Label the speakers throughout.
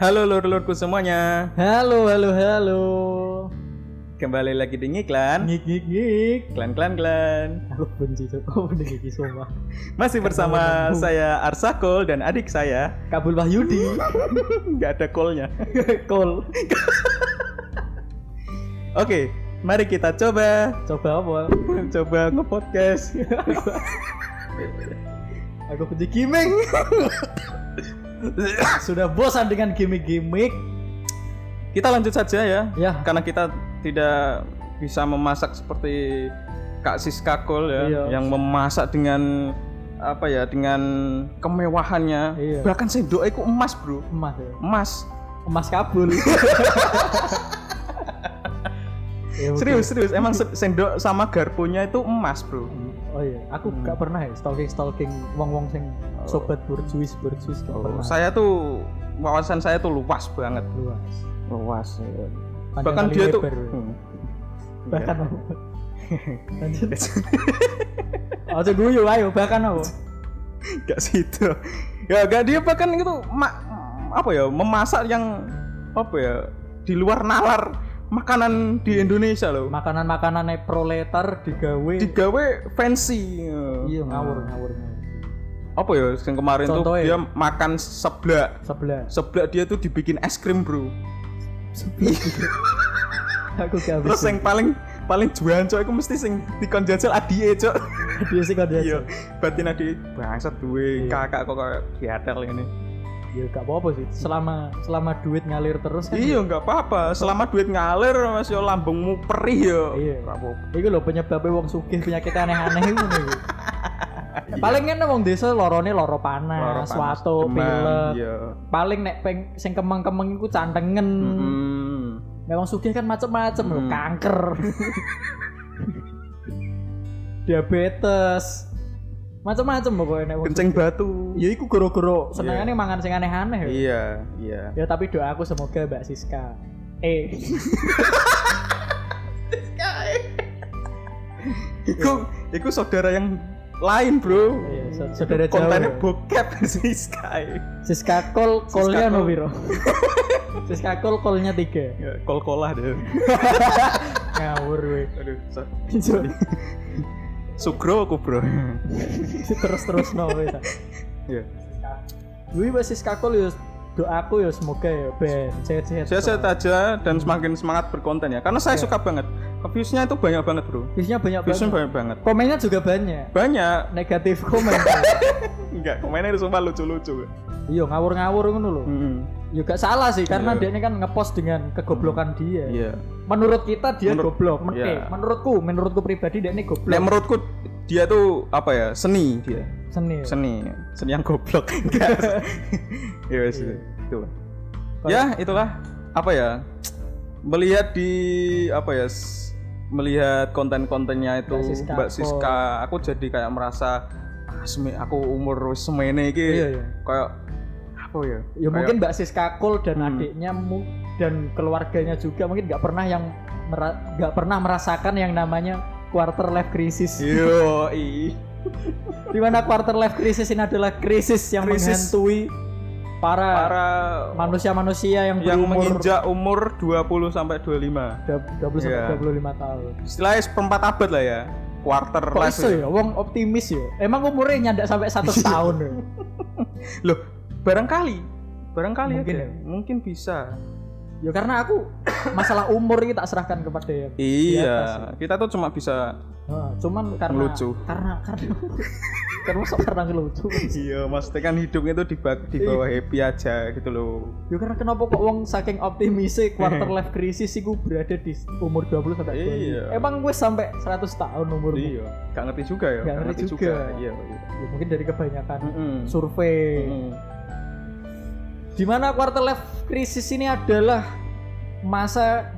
Speaker 1: Halo lur-lurku semuanya.
Speaker 2: Halo, halo, halo.
Speaker 1: Kembali lagi di Ngiklan.
Speaker 2: Ngik, ngik, ngik.
Speaker 1: Klan klan klan.
Speaker 2: Aku benci tuh, aku benci gigi semua.
Speaker 1: Masih bersama
Speaker 2: Ketemu.
Speaker 1: saya Arsakol dan adik saya.
Speaker 2: Kabul Wahyudi,
Speaker 1: Nggak ada kolnya.
Speaker 2: kol.
Speaker 1: Oke, mari kita coba
Speaker 2: Coba apa?
Speaker 1: coba nge-podcast.
Speaker 2: Aku benci gimmick. Sudah bosan dengan gimmick-gimmick.
Speaker 1: kita lanjut saja ya.
Speaker 2: Ya,
Speaker 1: Karena kita tidak bisa memasak seperti Kak Siska Kol ya
Speaker 2: Iya.
Speaker 1: yang memasak dengan apa ya dengan kemewahannya.
Speaker 2: Iya.
Speaker 1: Bahkan sendoknya itu emas, Bro.
Speaker 2: emas ya.
Speaker 1: Emas.
Speaker 2: Emas kabul. Ya, udah.
Speaker 1: Serius, serius. Emang se- sendok sama garpunya itu emas, Bro.
Speaker 2: Oh iya, aku
Speaker 1: Hmm. Oh.
Speaker 2: gak pernah ya stalking-stalking wong-wong sing sobat borjuis borjuis gak pernah.
Speaker 1: Saya tuh wawasan saya tuh luas banget.
Speaker 2: luas.
Speaker 1: Luas.
Speaker 2: Panjang
Speaker 1: Bahkan
Speaker 2: kali
Speaker 1: dia tuh
Speaker 2: lebar.
Speaker 1: Hmm.
Speaker 2: bahkan
Speaker 1: Iya.
Speaker 2: apa? lanjut aja guyu ayo bahkan apa
Speaker 1: Gak situ. Ya gak dia bahkan itu ma- apa ya memasak yang apa ya di luar nalar makanan di Indonesia loh.
Speaker 2: makanan makanannya proletar digawe
Speaker 1: Digawe fancy.
Speaker 2: iya ngawur ngawur ngawur.
Speaker 1: Apa ya yang kemarin tuh
Speaker 2: Contohnya.
Speaker 1: dia makan seblak.
Speaker 2: sebelah
Speaker 1: Seblak dia tuh dibikin es krim, Bro.
Speaker 2: sebelah aku gak
Speaker 1: Terus
Speaker 2: bisa
Speaker 1: yang paling paling jualan cok, aku mesti sing dikon jajal adie cok.
Speaker 2: dia sih kode
Speaker 1: Iya, batin adie bangsat duwe
Speaker 2: Iya.
Speaker 1: kakak kok kayak diatel ini.
Speaker 2: ya gak apa-apa sih selama selama duit ngalir terus kan
Speaker 1: Iya, nggak apa-apa. Selama duit ngalir Mas yo lambungmu perih yo.
Speaker 2: Iya.
Speaker 1: Nggak apa-apa.
Speaker 2: Iku lho penyebabnya wong sugih penyakit aneh-aneh ngono iku. Paling kan wong desa lorone loro
Speaker 1: Lara
Speaker 2: panas,
Speaker 1: panas,
Speaker 2: swato,
Speaker 1: demam,
Speaker 2: pilek.
Speaker 1: Iya.
Speaker 2: Paling nek peng, sing kemeng-kemeng iku cantengen.
Speaker 1: Mm.
Speaker 2: Memang sugih kan macem-macem loh,
Speaker 1: Hmm.
Speaker 2: kanker. Diabetes. Macem-macem pokoknya nek wong
Speaker 1: Kencing
Speaker 2: sugih.
Speaker 1: batu.
Speaker 2: Ya Oh, iku goro-goro senengane mangan sing aneh-aneh ya.
Speaker 1: Iya, iya.
Speaker 2: Ya tapi doa aku semoga Mbak Siska eh
Speaker 1: Iku iku saudara yang lain, Bro.
Speaker 2: Iya, sa- Iya. saudara
Speaker 1: Itu Kontennya
Speaker 2: jauh ya.
Speaker 1: bokep sih Sky.
Speaker 2: Siska kol kolnya
Speaker 1: Siska
Speaker 2: no
Speaker 1: Kol.
Speaker 2: piro? Siska kol kolnya tiga
Speaker 1: Ya, Kol-kolah deh.
Speaker 2: ngawur weh
Speaker 1: Aduh, so-
Speaker 2: Sorry.
Speaker 1: Sugro aku, Bro.
Speaker 2: terus terus no weh Sa.
Speaker 1: Iya.
Speaker 2: Wih Mbak Siska kol ya doaku ya semoga ya ben sehat-sehat.
Speaker 1: Sehat-sehat aja dan semakin semangat berkonten ya. Karena saya
Speaker 2: Iya.
Speaker 1: suka banget. Viewsnya itu banyak banget, Bro.
Speaker 2: Biasanya banyak
Speaker 1: Viewsnya
Speaker 2: banget.
Speaker 1: banyak banget.
Speaker 2: Komennya juga banyak.
Speaker 1: Banyak.
Speaker 2: Negatif komen.
Speaker 1: Enggak, komennya itu sumpah lucu-lucu.
Speaker 2: Iya ngawur-ngawur ngono lho.
Speaker 1: Hmm.
Speaker 2: Juga salah sih karena
Speaker 1: Iya.
Speaker 2: dia ini kan ngepost dengan kegoblokan dia.
Speaker 1: Iya.
Speaker 2: Menurut kita dia
Speaker 1: Menurut-
Speaker 2: goblok. Men-
Speaker 1: Iya.
Speaker 2: eh, menurutku, menurutku pribadi dia ini
Speaker 1: Nek
Speaker 2: goblok.
Speaker 1: menurutku dia tuh apa ya? Seni dia.
Speaker 2: Seni. ya.
Speaker 1: Seni. Seni yang goblok. Enggak. ya wes
Speaker 2: Iya.
Speaker 1: itu. Ya, itulah apa ya? Melihat di apa ya? s- Melihat konten-kontennya itu
Speaker 2: Mbak Siska
Speaker 1: Mbak
Speaker 2: kok.
Speaker 1: Siska, aku jadi kayak merasa ah, semi, aku umur wis semene iki
Speaker 2: Iya, iya.
Speaker 1: kayak apa ya?
Speaker 2: Ya
Speaker 1: Kayak-
Speaker 2: mungkin Mbak Siska Kul dan
Speaker 1: Hmm.
Speaker 2: adiknya mu- dan keluarganya juga mungkin nggak pernah yang mera- nggak pernah merasakan yang namanya quarter life crisis.
Speaker 1: Iya. Yo, i.
Speaker 2: Di mana quarter life crisis ini adalah krisis yang
Speaker 1: Krisis.
Speaker 2: menghantui para
Speaker 1: Para
Speaker 2: manusia-manusia yang
Speaker 1: yang
Speaker 2: berumur
Speaker 1: menginjak umur 20 sampai 25.
Speaker 2: da- 20 sampai
Speaker 1: Iya.
Speaker 2: 25 tahun.
Speaker 1: Istilahnya seperempat abad lah ya. Quarter
Speaker 2: Kok
Speaker 1: life. Iya.
Speaker 2: iso ya wong optimis ya. Emang umurnya nyandak sampai satu tahun ya.
Speaker 1: Loh, barangkali barangkali
Speaker 2: Mungkin
Speaker 1: mungkin,
Speaker 2: ya.
Speaker 1: mungkin bisa.
Speaker 2: Ya karena aku masalah umur ini tak serahkan kepada yang
Speaker 1: Iya, kita tuh cuma bisa
Speaker 2: Heeh, cuman karena
Speaker 1: Ngelucu.
Speaker 2: karena karena karena sok karena ngelucu.
Speaker 1: Iya, maksudnya kan hidupnya itu di, ba- di bawah happy aja gitu loh.
Speaker 2: Ya karena kenapa kok wong saking optimisnya quarter life crisis iku berada di umur 20 sampai 25.
Speaker 1: Iya.
Speaker 2: Emang gue sampai 100 tahun umurmu.
Speaker 1: Iya, gak ngerti juga ya.
Speaker 2: Nggak
Speaker 1: nggak
Speaker 2: ngerti juga.
Speaker 1: Iya, iya.
Speaker 2: Ya, mungkin dari kebanyakan
Speaker 1: Mm-mm.
Speaker 2: survei.
Speaker 1: Mm-mm.
Speaker 2: Di mana quarter life crisis ini adalah masa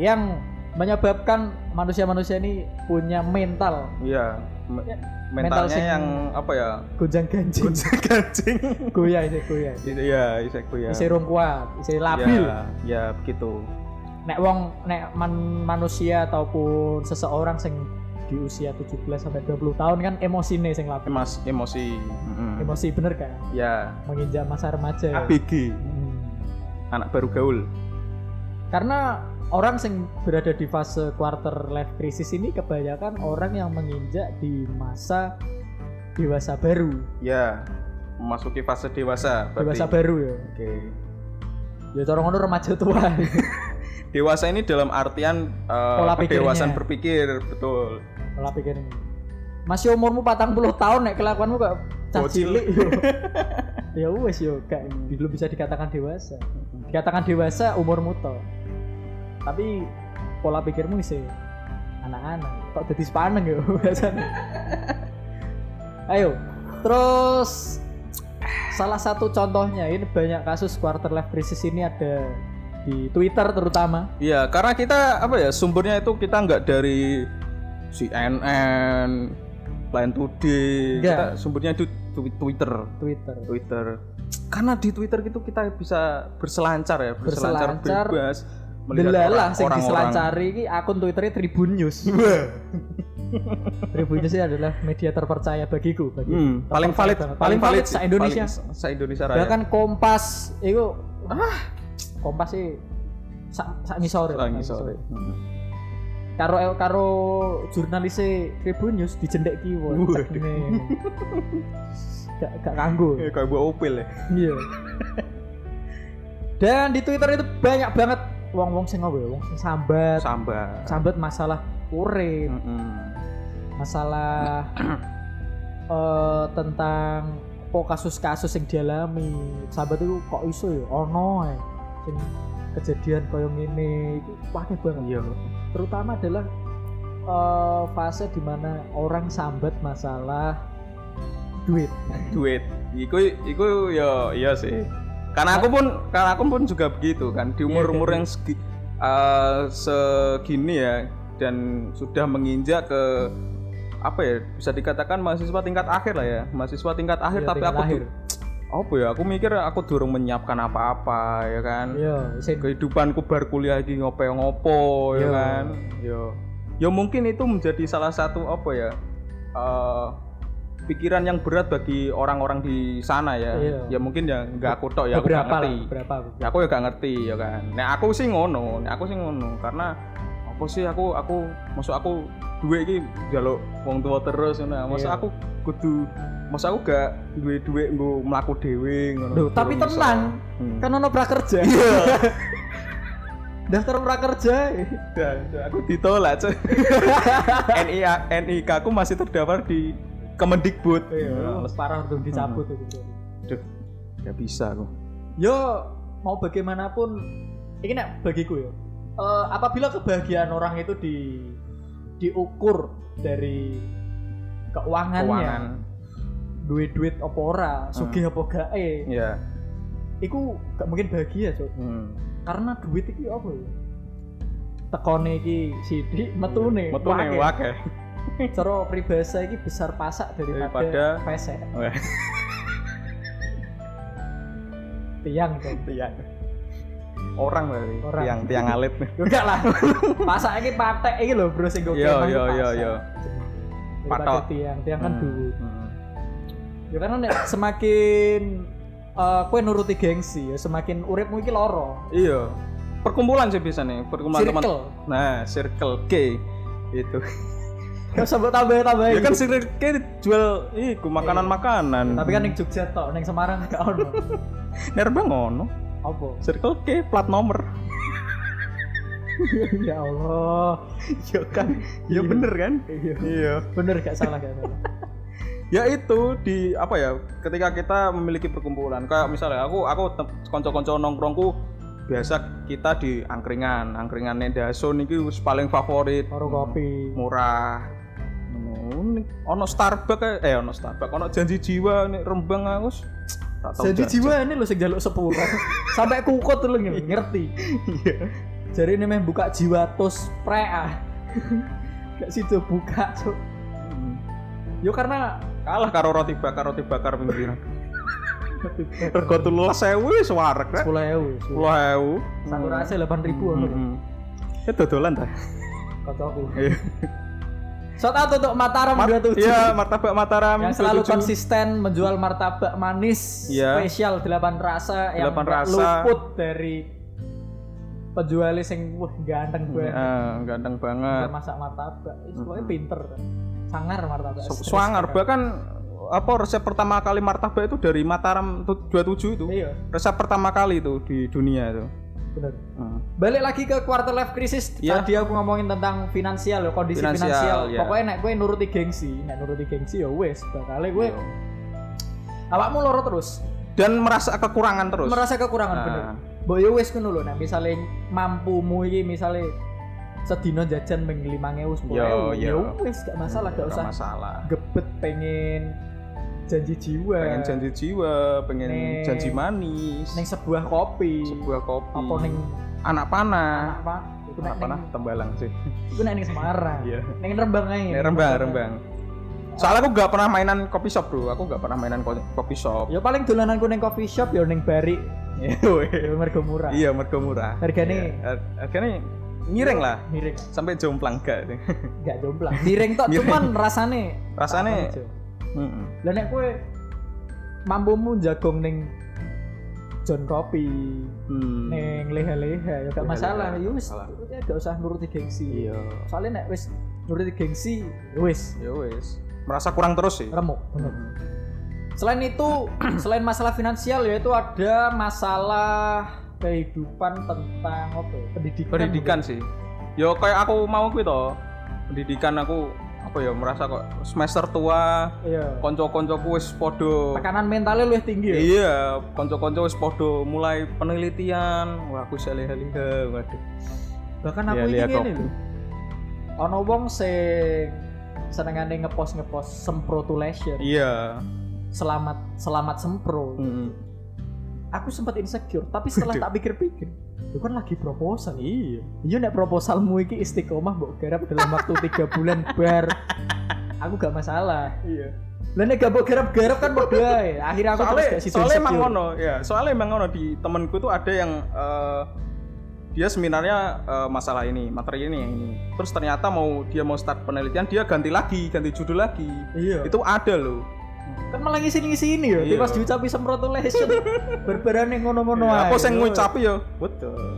Speaker 2: yang menyebabkan manusia-manusia ini punya mental
Speaker 1: Iya. me-
Speaker 2: Ya, mental
Speaker 1: mentalnya
Speaker 2: sing-
Speaker 1: yang apa ya?
Speaker 2: gonjang-ganjing.
Speaker 1: Gonjang ganjing.
Speaker 2: goyah sih goyah.
Speaker 1: Iya, isekku ya.
Speaker 2: Isi rong kuat, isi labil.
Speaker 1: Iya, ya begitu.
Speaker 2: nek wong nek man- manusia ataupun seseorang sing di usia 17 sampai 20 tahun kan emosi nih sing labil.
Speaker 1: Emas emosi. Mm-mm.
Speaker 2: Emosi bener kan?
Speaker 1: Ya, Iya.
Speaker 2: Menginjak masa remaja.
Speaker 1: ABG.
Speaker 2: Hmm.
Speaker 1: anak baru gaul
Speaker 2: karena orang yang berada di fase quarter life crisis ini kebanyakan orang yang menginjak di masa dewasa baru
Speaker 1: ya memasuki fase dewasa berarti.
Speaker 2: dewasa baru ya
Speaker 1: Oke.
Speaker 2: ya cara ngono remaja tua
Speaker 1: dewasa ini dalam artian eh,
Speaker 2: Pola
Speaker 1: kedewasaan
Speaker 2: pikirnya.
Speaker 1: berpikir betul
Speaker 2: pola pikir ini masih umurmu patang puluh tahun nek kelakuanmu gak
Speaker 1: Bocil.
Speaker 2: cilik yo ya wes yo gak ini belum bisa dikatakan dewasa dikatakan dewasa umurmu to tapi pola pikirmu sih anak-anak kok jadi sepaneng yo biasanya ayo terus salah satu contohnya ini banyak kasus quarter life crisis ini ada di Twitter terutama
Speaker 1: Iya, karena kita apa ya sumbernya itu kita nggak dari CNN, Line Today,
Speaker 2: Nggak.
Speaker 1: kita sumbernya itu tu- Twitter,
Speaker 2: Twitter
Speaker 1: Twitter. Karena di Twitter itu kita bisa berselancar ya, berselancar,
Speaker 2: Berselancar,
Speaker 1: bebas,
Speaker 2: Delalah sing
Speaker 1: orang-orang.
Speaker 2: diselancari iki akun Twitternya Tribun News. Tribun News ini adalah media terpercaya bagiku. bagiku.
Speaker 1: Hmm, paling valid,
Speaker 2: Terpercaya banget.
Speaker 1: paling valid
Speaker 2: sa Indonesia.
Speaker 1: se Indonesia raya.
Speaker 2: Bahkan Kompas itu ah Kompas sih sak sak ngisor. ya,
Speaker 1: Lagi
Speaker 2: sak
Speaker 1: sore. Hmm.
Speaker 2: Karo eh, karo jurnalise Tribun News dijendek ki wong.
Speaker 1: Waduh.
Speaker 2: Gak gak kanggo.
Speaker 1: Eh, kayak buat opel ya.
Speaker 2: Iya. Dan di Twitter itu banyak banget wong-wong sing ngowe, wong sing sambat,
Speaker 1: Samba. Hmm,
Speaker 2: sambat masalah urip,
Speaker 1: Mm-mm.
Speaker 2: masalah eh, tentang apa kasus-kasus yang dialami sahabat itu kok iso ya ono ae sing kejadian koyo ngene itu wakil banget
Speaker 1: Iya.
Speaker 2: terutama adalah eh, fase dimana orang sambat masalah duit
Speaker 1: duit iku iku ya iya sih karena aku pun karena aku pun juga begitu kan di umur umur yang segi- eh, segini ya dan sudah menginjak ke apa ya bisa dikatakan mahasiswa tingkat akhir lah ya mahasiswa tingkat akhir
Speaker 2: Iya,
Speaker 1: tapi
Speaker 2: tingkat
Speaker 1: aku
Speaker 2: akhir.
Speaker 1: du- apa ya aku mikir aku durung menyiapkan apa-apa ya kan
Speaker 2: iya sing
Speaker 1: kehidupanku bar kuliah iki ngopo ngopo ya
Speaker 2: Yo.
Speaker 1: kan yo yo mungkin itu menjadi salah satu apa ya eh, pikiran yang berat bagi orang-orang di sana ya
Speaker 2: Iya.
Speaker 1: ya mungkin ya nggak aku tok ya aku nggak
Speaker 2: beberapa lah
Speaker 1: ngerti
Speaker 2: beberapa
Speaker 1: Ya, aku ya nggak ngerti ya kan nah aku sih ngono nah aku sih ngono karena apa sih aku aku maksud aku duit iki jaluk wong tua terus ngono ya. maksud
Speaker 2: Iya.
Speaker 1: aku kudu maksud aku gak duwe-duwe nggo mlaku dhewe ngono
Speaker 2: Loh, tapi
Speaker 1: Durung iso.
Speaker 2: tenang.
Speaker 1: Hmm.
Speaker 2: kan ono prakerja
Speaker 1: Iya.
Speaker 2: daftar prakerja
Speaker 1: Dan aku ditolak cuy. NIA NIK aku masih terdaftar di Kemendikbud.
Speaker 2: Iya, parah untuk dicabut
Speaker 1: Hmm.
Speaker 2: itu.
Speaker 1: Aduh, gak Ya, bisa aku.
Speaker 2: Yo, mau bagaimanapun ini nek bagiku ya. Eh, apabila kebahagiaan orang itu di diukur dari
Speaker 1: Keuangan. Hmm.
Speaker 2: keuangannya, duit-duit apa ora, sugih apa gak eh,
Speaker 1: Iya.
Speaker 2: iku gak mungkin bahagia, Cuk.
Speaker 1: Hmm.
Speaker 2: Karena duit iki apa ya? Tekone iki sithik, metune
Speaker 1: Iya, Metune
Speaker 2: wakil.
Speaker 1: wake.
Speaker 2: Cara peribahasa iki besar pasak daripada,
Speaker 1: Daripada- Oh, iya.
Speaker 2: pesek.
Speaker 1: Weh,
Speaker 2: Tiang, Cuk.
Speaker 1: Tiang. Orang berarti.
Speaker 2: Orang.
Speaker 1: Tiang tiang alit nih.
Speaker 2: Yo enggak lah. Pasak iki patek iki lho, Bro sing
Speaker 1: Yo,
Speaker 2: gokeman iki
Speaker 1: yo, yo,
Speaker 2: pasak.
Speaker 1: yo.
Speaker 2: Daripada
Speaker 1: Patok.
Speaker 2: tiang, tiang kan
Speaker 1: Hmm,
Speaker 2: duit.
Speaker 1: hmm.
Speaker 2: Ya karena nek semakin eh kue nuruti gengsi ya, semakin uripmu iki loro.
Speaker 1: Iya. Perkumpulan sih bisa nih. Perkumpulan teman.
Speaker 2: Circle.
Speaker 1: Nah, circle K itu.
Speaker 2: Gak usah buat tambah-tambah.
Speaker 1: Ya kan circle K jual iku makanan-makanan.
Speaker 2: Tapi kan ning Jogja tok, ning Semarang gak ono.
Speaker 1: Nerbang ngono.
Speaker 2: Apa?
Speaker 1: Circle K plat nomor.
Speaker 2: ya Allah.
Speaker 1: Iya kan, iya bener kan? Iya.
Speaker 2: Bener gak salah gak salah.
Speaker 1: Ya itu di apa ya? Ketika kita memiliki perkumpulan, kayak misalnya aku aku tem- konco-konco nongkrongku biasa kita di angkringan, angkringan Nendaso niki wis paling favorit,
Speaker 2: Karo kopi.
Speaker 1: Hmm. murah. Ngono. Ono Starbucks eh ono Starbucks, ono janji jiwa nek Rembang aku wis, tak tahu
Speaker 2: Jadi
Speaker 1: jan-
Speaker 2: jiwa ini lo sing jaluk sepuro. Sampai kukut tuh lo ngerti.
Speaker 1: Iya.
Speaker 2: Jadi ini meh buka jiwa tos pre ah. Gak situ buka cuk.
Speaker 1: Hmm.
Speaker 2: Yo karena
Speaker 1: Kalah karo roti bakar, roti bakar pinggiran. Rego 13.000 wis wareg rek. Hmm,
Speaker 2: sepuluh ewu. ya, sepuluh.
Speaker 1: 10.000.
Speaker 2: Satu rasa delapan ribu.
Speaker 1: Hmm. Ya dodolan ta?
Speaker 2: Kata aku.
Speaker 1: Iya.
Speaker 2: Shout out untuk Mataram
Speaker 1: Mar-
Speaker 2: 27.
Speaker 1: Iya, martabak Mataram
Speaker 2: yang selalu
Speaker 1: 27.
Speaker 2: konsisten menjual martabak manis
Speaker 1: Iya.
Speaker 2: spesial delapan rasa yang
Speaker 1: Delapan
Speaker 2: nggak
Speaker 1: rasa.
Speaker 2: luput dari penjualnya sing wah ganteng banget.
Speaker 1: Ah, ganteng banget.
Speaker 2: Dia masak martabak. Itu pokoknya
Speaker 1: Mm-mm.
Speaker 2: pinter. Sangar martabak.
Speaker 1: Su- Swangar bahkan apa resep pertama kali martabak itu dari Mataram tu- 27 itu.
Speaker 2: Iya,
Speaker 1: Resep pertama kali itu di dunia itu.
Speaker 2: benar.
Speaker 1: Hmm.
Speaker 2: Balik lagi ke quarter life crisis.
Speaker 1: Iya.
Speaker 2: Tadi aku ngomongin tentang finansial loh, kondisi
Speaker 1: Finansial,
Speaker 2: finansial.
Speaker 1: iya.
Speaker 2: Pokoknya nek gue nuruti gengsi, nek nuruti gengsi ya wes, bakal
Speaker 1: Iya.
Speaker 2: gue awakmu loro terus.
Speaker 1: Dan merasa kekurangan terus.
Speaker 2: merasa kekurangan
Speaker 1: Nah.
Speaker 2: bener. Mbok yo wis ngono lho nek misale mampumu iki misale sedina jajan ming 5000
Speaker 1: Yo, yo. Hmm,
Speaker 2: 10000 yo ya wis gak masalah gak
Speaker 1: Nggak
Speaker 2: usah
Speaker 1: masalah.
Speaker 2: gebet pengen janji jiwa.
Speaker 1: Pengen janji jiwa, pengen
Speaker 2: Ning-
Speaker 1: janji manis.
Speaker 2: ning sebuah kopi.
Speaker 1: sebuah Hmm. kopi.
Speaker 2: apa ning
Speaker 1: anak panah.
Speaker 2: apa? Iku nek
Speaker 1: Anak
Speaker 2: ning
Speaker 1: panah tembalang sih.
Speaker 2: iku nek ning Semarang.
Speaker 1: Iya.
Speaker 2: Ning Rembang ae.
Speaker 1: Nek Rembang, Rembang. Soalnya aku gak pernah mainan kopi shop bro, aku gak pernah mainan ko- kopi shop.
Speaker 2: Yo Ya paling dolananku ning coffee shop yo ning Bari. Yo mergo murah.
Speaker 1: iya, mergo murah. Iya,
Speaker 2: Hargane
Speaker 1: har- Harganya miring lah,
Speaker 2: miring,
Speaker 1: sampai jomplang gak itu.
Speaker 2: gak jomplang. Miring tok
Speaker 1: Miring.
Speaker 2: cuman rasane
Speaker 1: Rasane-
Speaker 2: apa aja.
Speaker 1: Mm-mm.
Speaker 2: Lah nek kowe mampumu jagong ning John Kopi,
Speaker 1: Hmm.
Speaker 2: ning leha-leha ya
Speaker 1: Leha-leha,
Speaker 2: gak masalah. Ya wis,
Speaker 1: masalah.
Speaker 2: pokoknya gak usah nuruti gengsi.
Speaker 1: Iya.
Speaker 2: Soalnya nek wis nuruti gengsi, ya wis
Speaker 1: Ya wes. Merasa kurang terus sih.
Speaker 2: remuk. bener.
Speaker 1: Hmm.
Speaker 2: Selain itu, selain masalah finansial yaitu ada masalah kehidupan tentang apa? ya? Pendidikan.
Speaker 1: Pendidikan sih. Yo kayak aku mau kuwi to. Pendidikan aku apa ya merasa kok semester tua
Speaker 2: Iya.
Speaker 1: konco-koncoku wis podo
Speaker 2: Tekanan mentalnya lebih tinggi. ya?
Speaker 1: Iya, konco-konco wis podo mulai penelitian. Wah, aku saleh liha Iya, waduh.
Speaker 2: Bahkan
Speaker 1: Iya,
Speaker 2: aku
Speaker 1: lihat
Speaker 2: ini ngene
Speaker 1: kok.
Speaker 2: lho. Ana wong sing senengane ngepost-ngepost semprotulation.
Speaker 1: Iya.
Speaker 2: Selamat selamat sempro.
Speaker 1: Mm-mm.
Speaker 2: Aku sempat insecure, tapi setelah
Speaker 1: Waduh.
Speaker 2: tak pikir-pikir, itu kan lagi proposal.
Speaker 1: Iya.
Speaker 2: Iya nek proposalmu iki istiqomah mbok garap dalam waktu 3 bulan bar. Aku gak masalah.
Speaker 1: Iya.
Speaker 2: Lah nek gak mbok garap-garap kan bodoh ae. Akhirnya aku
Speaker 1: soalnya,
Speaker 2: terus gak sido
Speaker 1: soalnya emang
Speaker 2: insecure.
Speaker 1: ngono, ya. Soalnya emang ngono di temanku tuh ada yang eh, dia seminarnya eh, masalah ini, materi ini yang ini. Terus ternyata mau dia mau start penelitian, dia ganti lagi, ganti judul lagi.
Speaker 2: Iya.
Speaker 1: Itu ada loh.
Speaker 2: kan malah ngisi-ngisi ini ya.
Speaker 1: Iya.
Speaker 2: Tiba diucapi semprotulation. Berberane ngono-ngono
Speaker 1: Ya,
Speaker 2: ae.
Speaker 1: aku sing ngucapi ya, betul.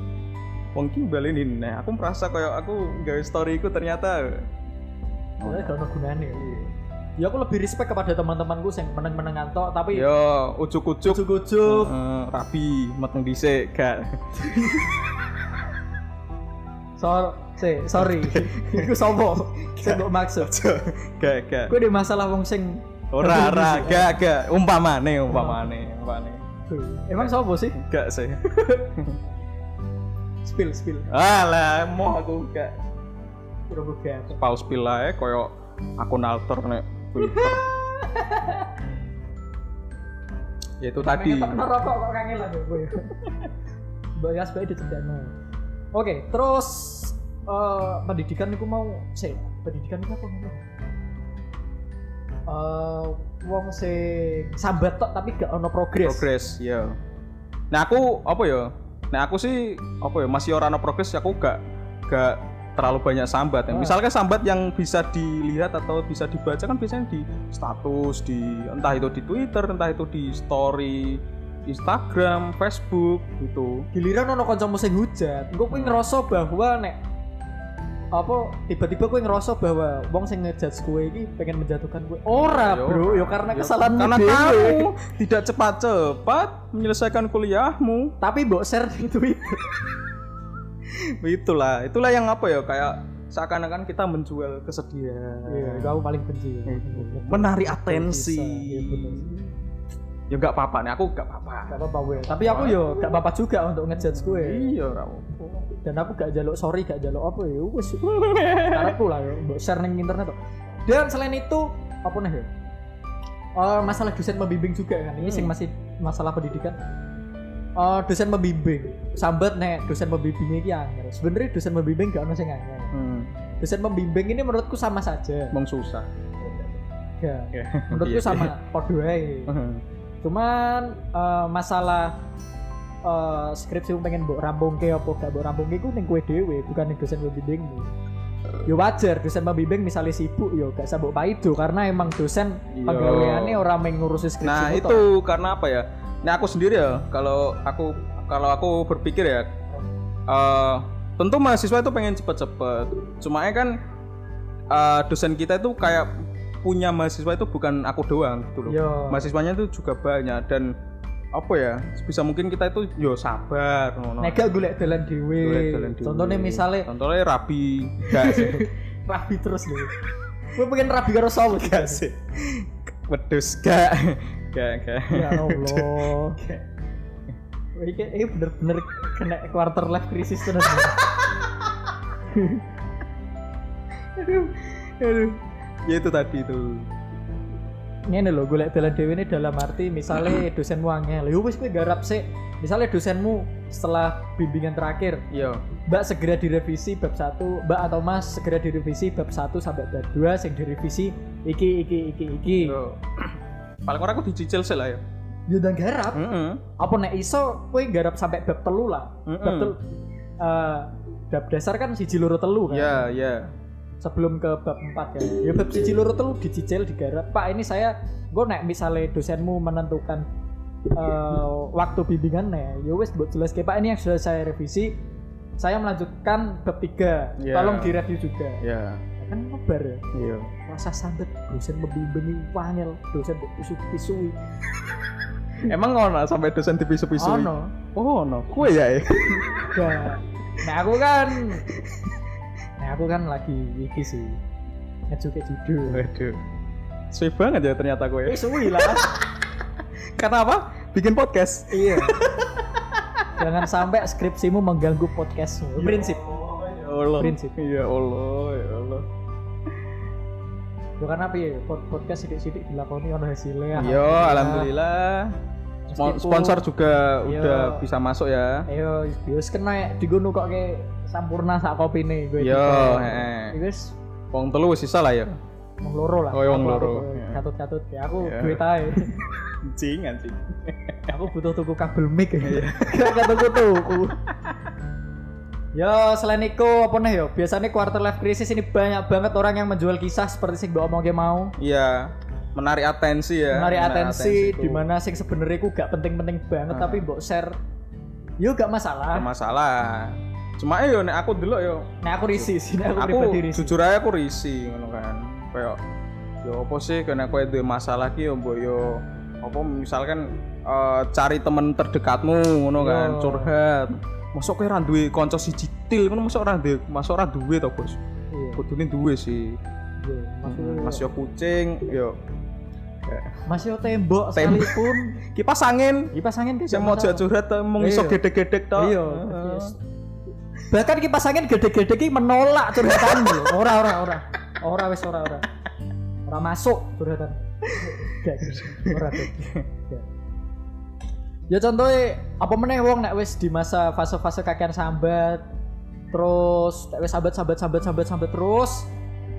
Speaker 1: Wong ki baleni nah, aku merasa kayak aku gawe storyku ternyata
Speaker 2: Soalnya Iya, gak ada gunanya. Ya aku lebih respect kepada teman-temanku yang meneng-meneng ngantok tapi
Speaker 1: Yo, ujuk-ujuk
Speaker 2: ujuk-ujuk
Speaker 1: Heeh, rapi, mateng dhisik, gak.
Speaker 2: sor se sorry. Iku sopo? Sing mbok maksud.
Speaker 1: Gak, gak.
Speaker 2: Gue ada masalah wong sing
Speaker 1: Ora, ora,
Speaker 2: Sing-
Speaker 1: gak, gak. Umpamane, umpamane, umpamane.
Speaker 2: Emang sopo sih?
Speaker 1: Gak sih.
Speaker 2: Spill spill.
Speaker 1: Alah, mau aku gak.
Speaker 2: Kira gue
Speaker 1: Pause spill ae koyo akun alter nek Twitter. ya itu tadi.
Speaker 2: rokok kok kangelan ya gue. Bayas bae dicendakno. Oke, terus eh, pendidikan iku mau sih, pendidikan iku apa ngomong? Eh wong sing sambat tok tapi gak ono progres.
Speaker 1: Progress, ya. Nah, aku apa ya? Nah, aku sih apa ya? Masih orang no progress aku gak gak terlalu banyak sambat. Ya.
Speaker 2: Ah.
Speaker 1: Misalnya sambat yang bisa dilihat atau bisa dibaca kan biasanya di status, di entah itu di Twitter, entah itu di story Instagram, Facebook gitu.
Speaker 2: Giliran ono kancamu sing hujat, engko kuwi ngerasa bahwa nek apa tiba-tiba gue ngerasa bahwa wong sing ngejudge gue ini pengen menjatuhkan gue ora
Speaker 1: Ya,
Speaker 2: bro
Speaker 1: ora.
Speaker 2: ya karena kesalahanmu
Speaker 1: karena
Speaker 2: dhewe.
Speaker 1: kamu tidak cepat-cepat menyelesaikan kuliahmu.
Speaker 2: tapi mbok share di Twitter
Speaker 1: Itulah, itulah yang apa ya kayak seakan-akan kita menjual kesedihan.
Speaker 2: Iya, itu aku paling benci. ya.
Speaker 1: Eh. menarik atensi.
Speaker 2: Iya, bener.
Speaker 1: Ya nggak apa-apa nih, aku nggak apa-apa.
Speaker 2: Gak apa-apa gue. Tapi aku yo gak apa-apa juga untuk ngejudge gue.
Speaker 1: Iya, Rao.
Speaker 2: Dan aku gak jaluk sorry, gak jaluk apa ya. Wes. Karepku lah yo mbok share ning internet kok. Dan selain itu apa nih ya? Eh, masalah dosen pembimbing juga kan. Ini
Speaker 1: Hmm.
Speaker 2: sing masih masalah pendidikan. Eh, dosen pembimbing. Sambat nek dosen pembimbingnya iki angel. Sebenarnya dosen pembimbing gak ono sing angel.
Speaker 1: Hmm,
Speaker 2: Dosen pembimbing ini menurutku sama saja.
Speaker 1: emang susah.
Speaker 2: Gak.
Speaker 1: Ya.
Speaker 2: Menurutku sama podo ae.
Speaker 1: Hmm.
Speaker 2: cuman eh, masalah eh, skripsi pengen mbok rampung ke apa gak mbok rampung ke ku ning kowe dhewe bukan ning dosen pembimbingmu ya wajar dosen pembimbing misalnya sibuk ya gak sabuk paido karena emang dosen
Speaker 1: Iya.
Speaker 2: pegawaiannya orang yang ngurusi skripsi
Speaker 1: Nah
Speaker 2: ku
Speaker 1: itu
Speaker 2: toh.
Speaker 1: karena apa ya? Nah aku sendiri ya kalau aku kalau aku berpikir ya eh, tentu mahasiswa itu pengen cepet-cepet. Cuma ya kan eh, dosen kita itu kayak punya mahasiswa itu bukan aku doang gitu loh.
Speaker 2: Iya.
Speaker 1: Mahasiswanya itu juga banyak dan apa ya sebisa mungkin kita itu yo sabar ngono.
Speaker 2: nek gak golek dalan dhewe
Speaker 1: Golek dalan dhewe.
Speaker 2: contohnya misalnya
Speaker 1: Contohnya rapi gak sih
Speaker 2: rabi terus lho gue pengen rabi karo sawit
Speaker 1: gak sih wedus gak gak gak
Speaker 2: ya Allah Wah, Ini, ini bener-bener kena quarter life crisis terus.
Speaker 1: aduh
Speaker 2: Iya.
Speaker 1: aduh ya itu tadi tuh
Speaker 2: Ini loh, gue liat dalam dewi ini dalam arti misalnya dosenmu angel, ya wis gue garap sih. Misalnya dosenmu setelah bimbingan terakhir,
Speaker 1: Iya.
Speaker 2: Mbak segera direvisi bab 1, Mbak atau Mas segera direvisi bab 1 sampai bab 2 sing direvisi iki iki iki iki.
Speaker 1: Yo. Paling ora aku dicicil sih lah ya.
Speaker 2: Ya dan garap.
Speaker 1: Heeh.
Speaker 2: Apa nek iso kowe garap sampai bab telu lah. Bab
Speaker 1: Mm-mm.
Speaker 2: telu eh, bab dasar kan siji loro telu kan.
Speaker 1: Ya, ya.
Speaker 2: Sebelum ke bab 4 kan. Ya bab siji loro telu dicicil digarap. Pak ini saya gue nek misalnya dosenmu menentukan eh, waktu bimbingan nek ya wis buat jelas ke Pak ini yang sudah saya revisi saya melanjutkan bab 3.
Speaker 1: Ya.
Speaker 2: Tolong direview juga.
Speaker 1: Ya.
Speaker 2: Kan ngebar ya.
Speaker 1: Iya.
Speaker 2: rasa santet dosen membimbingi wangel dosen kok pisu pisui
Speaker 1: Emang ngono sampai dosen dipisu-pisui?
Speaker 2: ono
Speaker 1: Oh, ono. Kue ya.
Speaker 2: Gak. nah aku kan nah aku kan lagi iki sih ngejuke judul
Speaker 1: Waduh. Sweet banget ya ternyata kue.
Speaker 2: pisui lah
Speaker 1: Karena apa? Bikin podcast.
Speaker 2: iya jangan sampai skripsimu mengganggu podcastmu
Speaker 1: Iya.
Speaker 2: prinsip
Speaker 1: Ya Allah.
Speaker 2: Prinsip.
Speaker 1: Ya Allah, ya Allah.
Speaker 2: Yo karena apa ya pod- podcast sidik-sidik dilakoni ono hasilnya
Speaker 1: Yo, Iya, alhamdulillah. Spon-
Speaker 2: Ya. Meskipun-
Speaker 1: Sponsor juga
Speaker 2: Iya.
Speaker 1: udah bisa masuk ya.
Speaker 2: ayo bios kena digono kok ke sampurna sak kopi nih gue
Speaker 1: Yo,
Speaker 2: Iki
Speaker 1: Iya, heeh.
Speaker 2: wis
Speaker 1: Wong telu wis sisa lah ya.
Speaker 2: wong loro lah.
Speaker 1: Oh, iya, wong
Speaker 2: Aku- aku-
Speaker 1: loro.
Speaker 2: aku
Speaker 1: Iya.
Speaker 2: Katut-katut ya aku
Speaker 1: Iya.
Speaker 2: duit ae.
Speaker 1: Anjing, anjing.
Speaker 2: aku butuh tuku kabel mic.
Speaker 1: Iya.
Speaker 2: Gak tuku tuku. Yo, selain itu apa nih yo? Biasanya quarter life crisis ini banyak banget orang yang menjual kisah seperti sing mbok omongke mau.
Speaker 1: Iya. Menarik atensi ya.
Speaker 2: Menarik atensi
Speaker 1: itu.
Speaker 2: di mana sing sebenarnya ku gak penting-penting banget
Speaker 1: Ah.
Speaker 2: tapi mbok share. Yo
Speaker 1: Gak
Speaker 2: gak masalah.
Speaker 1: masalah. Cuma eh, yo nek aku delok yo
Speaker 2: Nah aku risih sih, nek aku,
Speaker 1: aku
Speaker 2: pribadi risih. Iya,
Speaker 1: jujur aja aku risih ngono kan kayak ya apa sih karena aku ada masalah ki yo mbok yo apa misalkan eh, cari temen terdekatmu ngono kan
Speaker 2: Yo.
Speaker 1: curhat masuk kowe ora duwe kanca siji til ngono masuk ora duwe masuk ora duwe to Bos
Speaker 2: Iya,
Speaker 1: kudune duwe sih Hmm,
Speaker 2: iya. Maksudnya-
Speaker 1: Mas yo kucing yo
Speaker 2: Mas yo tembok
Speaker 1: Tembok.
Speaker 2: sekalipun
Speaker 1: kipas angin
Speaker 2: kipas angin kan
Speaker 1: saya
Speaker 2: gak
Speaker 1: mau
Speaker 2: masalah.
Speaker 1: jak curhat eh, mung iso
Speaker 2: Iya.
Speaker 1: gedek-gedek to
Speaker 2: Iya. Bahkan kipas angin gede-gede ki menolak curhatanmu lho. Ora ora ora. Ora wis ora ora. Ora masuk curhatan. Gak, Ora tuh. Gak. Ya contohnya apa meneh wong nek wis di masa fase-fase kakean sambat terus nek wis sambat sambat sambat sambat sambat terus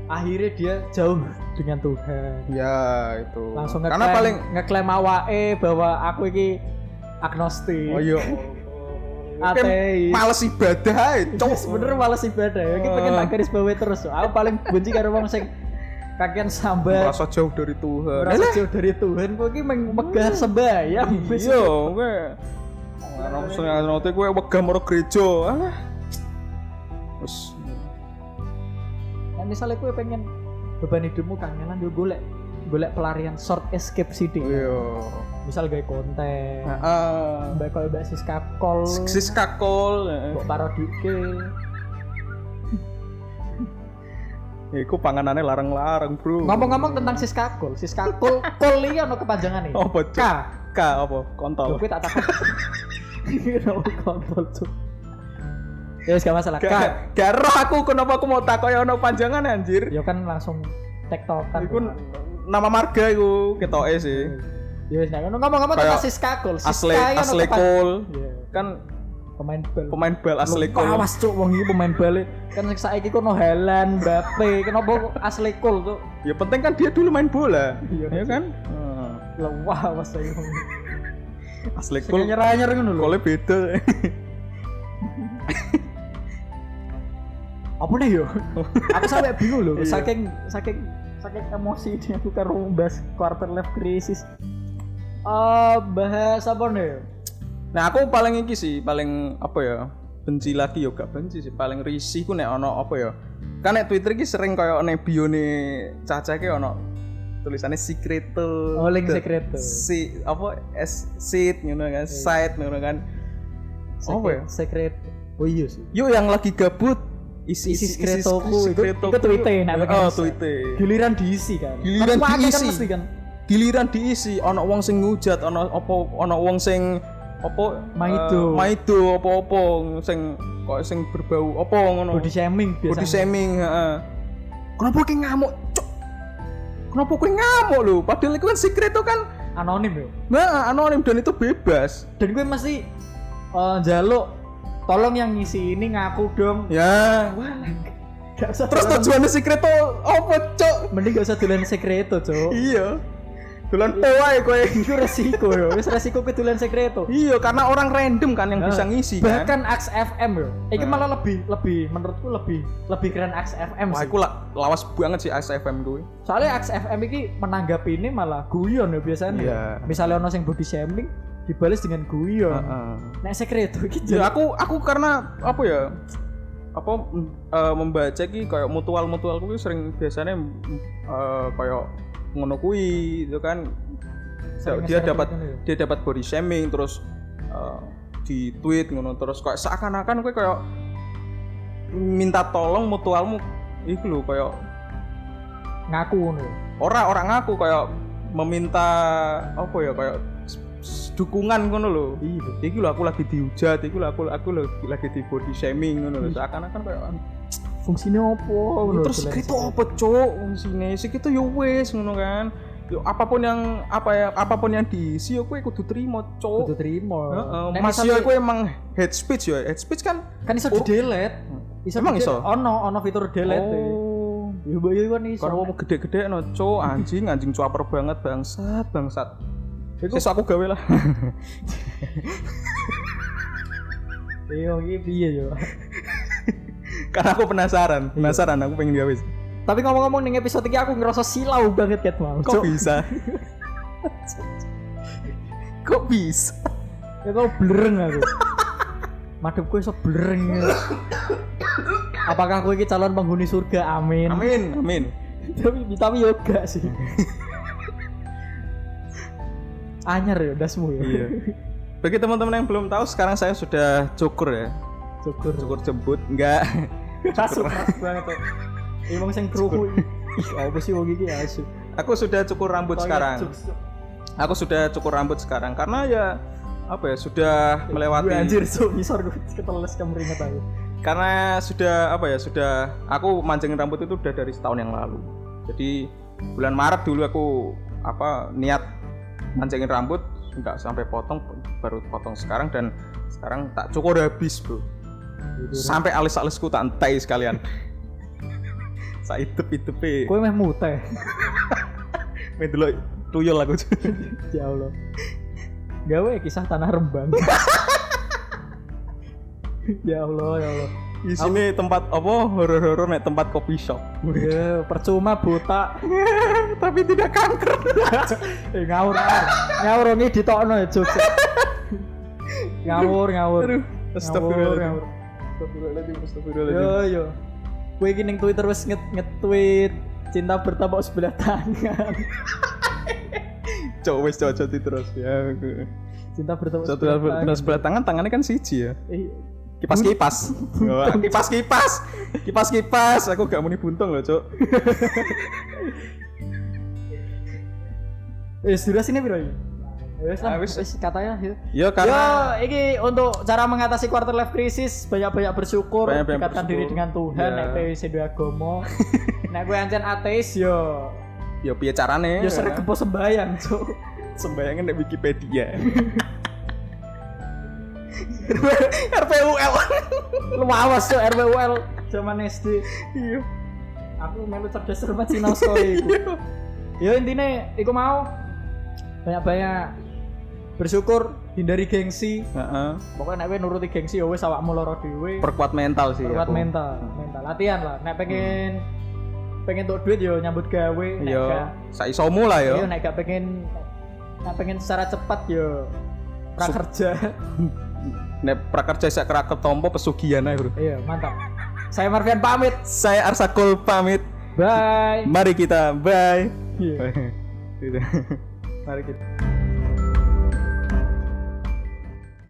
Speaker 2: akhirnya dia jauh dengan Tuhan.
Speaker 1: ya itu
Speaker 2: Langsung ngeklaim,
Speaker 1: karena paling
Speaker 2: ngeklaim awake bahwa aku iki agnostik.
Speaker 1: oh yo
Speaker 2: Ateis.
Speaker 1: males ibadah ae, cok
Speaker 2: Cok sebenernya males ibadah ya. Iki pengen tak garis bawahi terus. Aku paling benci karo wong sing kakean sambat
Speaker 1: merasa jauh dari Tuhan.
Speaker 2: merasa jauh dari Tuhan kok iki meng- megah sembahyang wis.
Speaker 1: Iya, gue Orang sengaja nanti gue wegah moro gereja. Ah. Alah. Terus
Speaker 2: Nah, misalnya gue pengen beban hidupmu kangenan yo golek golek pelarian short escape city.
Speaker 1: iya.
Speaker 2: Misal gawe konten.
Speaker 1: Heeh.
Speaker 2: Mbak koyo Mbak Siska Kol.
Speaker 1: Sis kakol.
Speaker 2: Mbok parodike.
Speaker 1: Ya, iku panganannya larang-larang, Bro.
Speaker 2: Ngomong-ngomong tentang Siska Kol, Siska Kol Kol iki ono kepanjangane.
Speaker 1: apa
Speaker 2: K.
Speaker 1: cok? K apa?
Speaker 2: Loh,
Speaker 1: Kontol.
Speaker 2: gue tak takut. Kenapa kontol tuh? Ya wis gak masalah. Kak,
Speaker 1: Gak gak roh aku kenapa aku mau takoy ono panjangan anjir.
Speaker 2: ya kan langsung tektokan.
Speaker 1: Iku n- nama marga iku ketoke sih.
Speaker 2: Ya wis nah, ngomong-ngomong
Speaker 1: Kayak
Speaker 2: tentang Siska Kol. Siska
Speaker 1: Asle
Speaker 2: yang
Speaker 1: Asle
Speaker 2: tempat-
Speaker 1: Kol
Speaker 2: Iya,
Speaker 1: kan
Speaker 2: pemain bal.
Speaker 1: pemain bal Asle
Speaker 2: Loh,
Speaker 1: Kol.
Speaker 2: Awas cuk wong iki pemain bal. Kan sing saiki kono Haaland, Mbappe. Kenapa kok Asle Kol tuh?
Speaker 1: Ya penting kan dia dulu main bola.
Speaker 2: Iya,
Speaker 1: Ya kan?
Speaker 2: Lah wah awas saya.
Speaker 1: Asli
Speaker 2: Kol
Speaker 1: kul
Speaker 2: nyer-nyer ngono lho.
Speaker 1: Kolnya beda.
Speaker 2: Apa apa nih yo aku sampai bingung loh
Speaker 1: Iya.
Speaker 2: saking saking saking emosi ini aku karo bahas quarter life crisis eh bahas apa nih
Speaker 1: Nah aku paling iki sih, paling apa ya? Benci lagi yo gak benci sih, paling risih ku nek ono apa ya? Kan nek Twitter iki sering koyo nek bio ne caca ki ono tulisannya secreto.
Speaker 2: Oh, link
Speaker 1: The-
Speaker 2: secreto. Iya.
Speaker 1: Si apa S seat ngono kan, site ngono kan. Apa ya?
Speaker 2: secret oh iya sih
Speaker 1: Yuk yang lagi gabut isi
Speaker 2: Isi secretoku, iku- iku tweete nek pakai
Speaker 1: Oh,
Speaker 2: hashtag.
Speaker 1: tweete.
Speaker 2: giliran diisi kan
Speaker 1: Giliran
Speaker 2: Kan wakil
Speaker 1: diisi.
Speaker 2: kan mesti kan
Speaker 1: giliran diisi ana wong sing ngujat ana apa ana wong sing apa eh,
Speaker 2: Maido.
Speaker 1: maido apa-apa sing kok sing berbau apa ngono
Speaker 2: body shaming biasanya
Speaker 1: body shaming heeh kenapa kowe ngamuk cuk kenapa kowe ngamuk lho padahal itu kan secret itu kan
Speaker 2: anonim yo
Speaker 1: nah, anonim dan itu bebas
Speaker 2: dan gue mesti eh jaluk tolong yang ngisi ini ngaku dong
Speaker 1: ya
Speaker 2: gak usah
Speaker 1: terus
Speaker 2: dolan-
Speaker 1: tujuannya secret itu apa cuk
Speaker 2: mending gak usah dolan sekreto cok
Speaker 1: iya dolan powae kowe
Speaker 2: itu resiko yo wis resiko ke dolan sekreto Eh,
Speaker 1: iya karena orang random kan yang bisa ngisi kan
Speaker 2: Nah.
Speaker 1: Nah.
Speaker 2: bahkan Aks FM yo ini malah lebih lebih menurutku lebih lebih keren Aks FM
Speaker 1: wah
Speaker 2: sih
Speaker 1: aku la- lawas banget sih SFM gue
Speaker 2: soalnya Aks FM ini menanggapi ini malah guyon ya biasanya
Speaker 1: Iya.
Speaker 2: misalnya ono sing body shaming dibalas dengan guyon nek sekreto gitu
Speaker 1: Ya aku aku karena apa ya? Apa mm, eh, membaca ki kayak mutual-mutual kuwi sering biasanya mm, eh, kayak ngono kuwi itu kan
Speaker 2: Sering
Speaker 1: dia
Speaker 2: nge-share
Speaker 1: dapat
Speaker 2: gitu ya.
Speaker 1: dia dapat body shaming terus eh, di tweet ngono terus kayak seakan-akan kowe kayak minta tolong mutualmu iku lho kayak
Speaker 2: ngaku ngono ya.
Speaker 1: ora orang aku kayak meminta apa ya kayak s- s- dukungan ngono lho
Speaker 2: iya
Speaker 1: iki lho aku lagi dihujat iki lho aku aku lagi, lagi di body shaming ngono lho seakan-akan kayak
Speaker 2: fungsinya opo ngono,
Speaker 1: terus
Speaker 2: dolan
Speaker 1: kita
Speaker 2: sekreto.
Speaker 1: apa cok sini sih kita yo wes ngono kan yo apapun yang apa ya apapun yang diisi yo kowe kudu terima
Speaker 2: kudu
Speaker 1: cok
Speaker 2: terima
Speaker 1: Heeh,
Speaker 2: Nek
Speaker 1: mas yo
Speaker 2: misalnya-
Speaker 1: aku emang head speech yo head speech kan
Speaker 2: kan iso
Speaker 1: Oh.
Speaker 2: di delete iso
Speaker 1: Emang
Speaker 2: di-
Speaker 1: iso?
Speaker 2: ono ono fitur delete e.
Speaker 1: oh
Speaker 2: ya mbak ya kan iso
Speaker 1: karena mau gede-gede no cok anjing anjing cuaper banget bangsat bangsat Sesuk aku gawe lah
Speaker 2: iya iya piye yo
Speaker 1: karena aku penasaran penasaran aku pengen gawe sih.
Speaker 2: tapi ngomong-ngomong nih episode ini aku ngerasa silau banget kat mau
Speaker 1: kok
Speaker 2: cok
Speaker 1: bisa kok bisa
Speaker 2: ya kau blereng aku madep gue iso blereng apakah aku ini calon penghuni surga amin,
Speaker 1: amin amin
Speaker 2: tapi tapi yoga sih anyar ya dasmu ya
Speaker 1: Iya. Bagi teman-teman yang belum tahu, sekarang saya sudah cukur ya.
Speaker 2: syukur
Speaker 1: Cukur jembut, enggak.
Speaker 2: asu keras banget tuh emang sing kruku ini. ih apa sih wong iki asu
Speaker 1: Aku sudah cukur rambut
Speaker 2: Toilet
Speaker 1: sekarang.
Speaker 2: cuk, cuk.
Speaker 1: Aku sudah cukur rambut sekarang karena ya apa ya sudah melewati
Speaker 2: Gue Iya, anjir so ngisor gue keteles kemeringat aku
Speaker 1: karena sudah apa ya sudah aku mancing rambut itu udah dari setahun yang lalu jadi bulan Maret dulu aku apa niat mancingin rambut nggak sampai potong baru potong sekarang dan sekarang tak cukur habis bro
Speaker 2: Iya.
Speaker 1: sampai alis-alisku tak entai sekalian saya itep itep
Speaker 2: gue meh mute
Speaker 1: Medelok tuyul aku.
Speaker 2: ya Allah gawe kisah tanah rembang ya Allah ya Allah
Speaker 1: Di sini tempat apa horor-horor nek tempat kopi shop.
Speaker 2: ya percuma buta
Speaker 1: Tapi tidak kanker.
Speaker 2: eh, ngawur ngawur ngawur ini ditokno ya Jogja ngawur ngawur
Speaker 1: Aduh,
Speaker 2: ngawur ngawur
Speaker 1: astagfirullahaladzim. Astagfirullahaladzim,
Speaker 2: yo
Speaker 1: astagfirullahaladzim.
Speaker 2: yo gue ini ning Twitter wes nge tweet cinta bertabok sebelah tangan
Speaker 1: Cok wis cok cok terus ya.
Speaker 2: cinta bertabok
Speaker 1: Satu
Speaker 2: sebelah tangan
Speaker 1: terus berat tangan tangannya kan siji ya.
Speaker 2: Eh,
Speaker 1: Kipas kipas. kipas kipas. Kipas kipas. Aku gak muni buntung loh, Cok.
Speaker 2: eh sudah sini bro Wes lah,
Speaker 1: Ah, wes.
Speaker 2: wes katanya ya.
Speaker 1: Ya karena
Speaker 2: Yo, ini untuk cara mengatasi quarter life crisis banyak-banyak bersyukur,
Speaker 1: Banyak-banyak
Speaker 2: dekatkan
Speaker 1: bersyukur.
Speaker 2: diri dengan Tuhan,
Speaker 1: Ya.
Speaker 2: nek kowe sedo agama. nek kowe ancen ateis yo,
Speaker 1: ya piye carane?
Speaker 2: yo sering kepo sembayang, Cuk.
Speaker 1: sembayangin nek Wikipedia. RPUL.
Speaker 2: Lu awas Cuk RWUL zaman SD.
Speaker 1: Iya.
Speaker 2: Aku melu cerdas cermat sinau sekali iku. Yo intine iku mau banyak-banyak bersyukur hindari gengsi
Speaker 1: Heeh.
Speaker 2: pokoknya nek kowe nuruti gengsi ya wis awakmu lara dhewe
Speaker 1: Perkuat mental sih. Iya, aku.
Speaker 2: perkuat
Speaker 1: Hmm.
Speaker 2: mental mental latihan lah nek pengen pengen untuk duit yo nyambut gawe nek
Speaker 1: Yo,
Speaker 2: gak
Speaker 1: saisomu lah yo.
Speaker 2: yo nek gak pengen nek pengen secara cepat yo prakerja
Speaker 1: Nek prakerja sak keraket tompo pesugihan ae, Bro.
Speaker 2: iya mantap saya Marvian pamit
Speaker 1: Saya Arsakul pamit.
Speaker 2: bye
Speaker 1: Mari kita bye.
Speaker 2: Iya.
Speaker 1: Gitu. Mari kita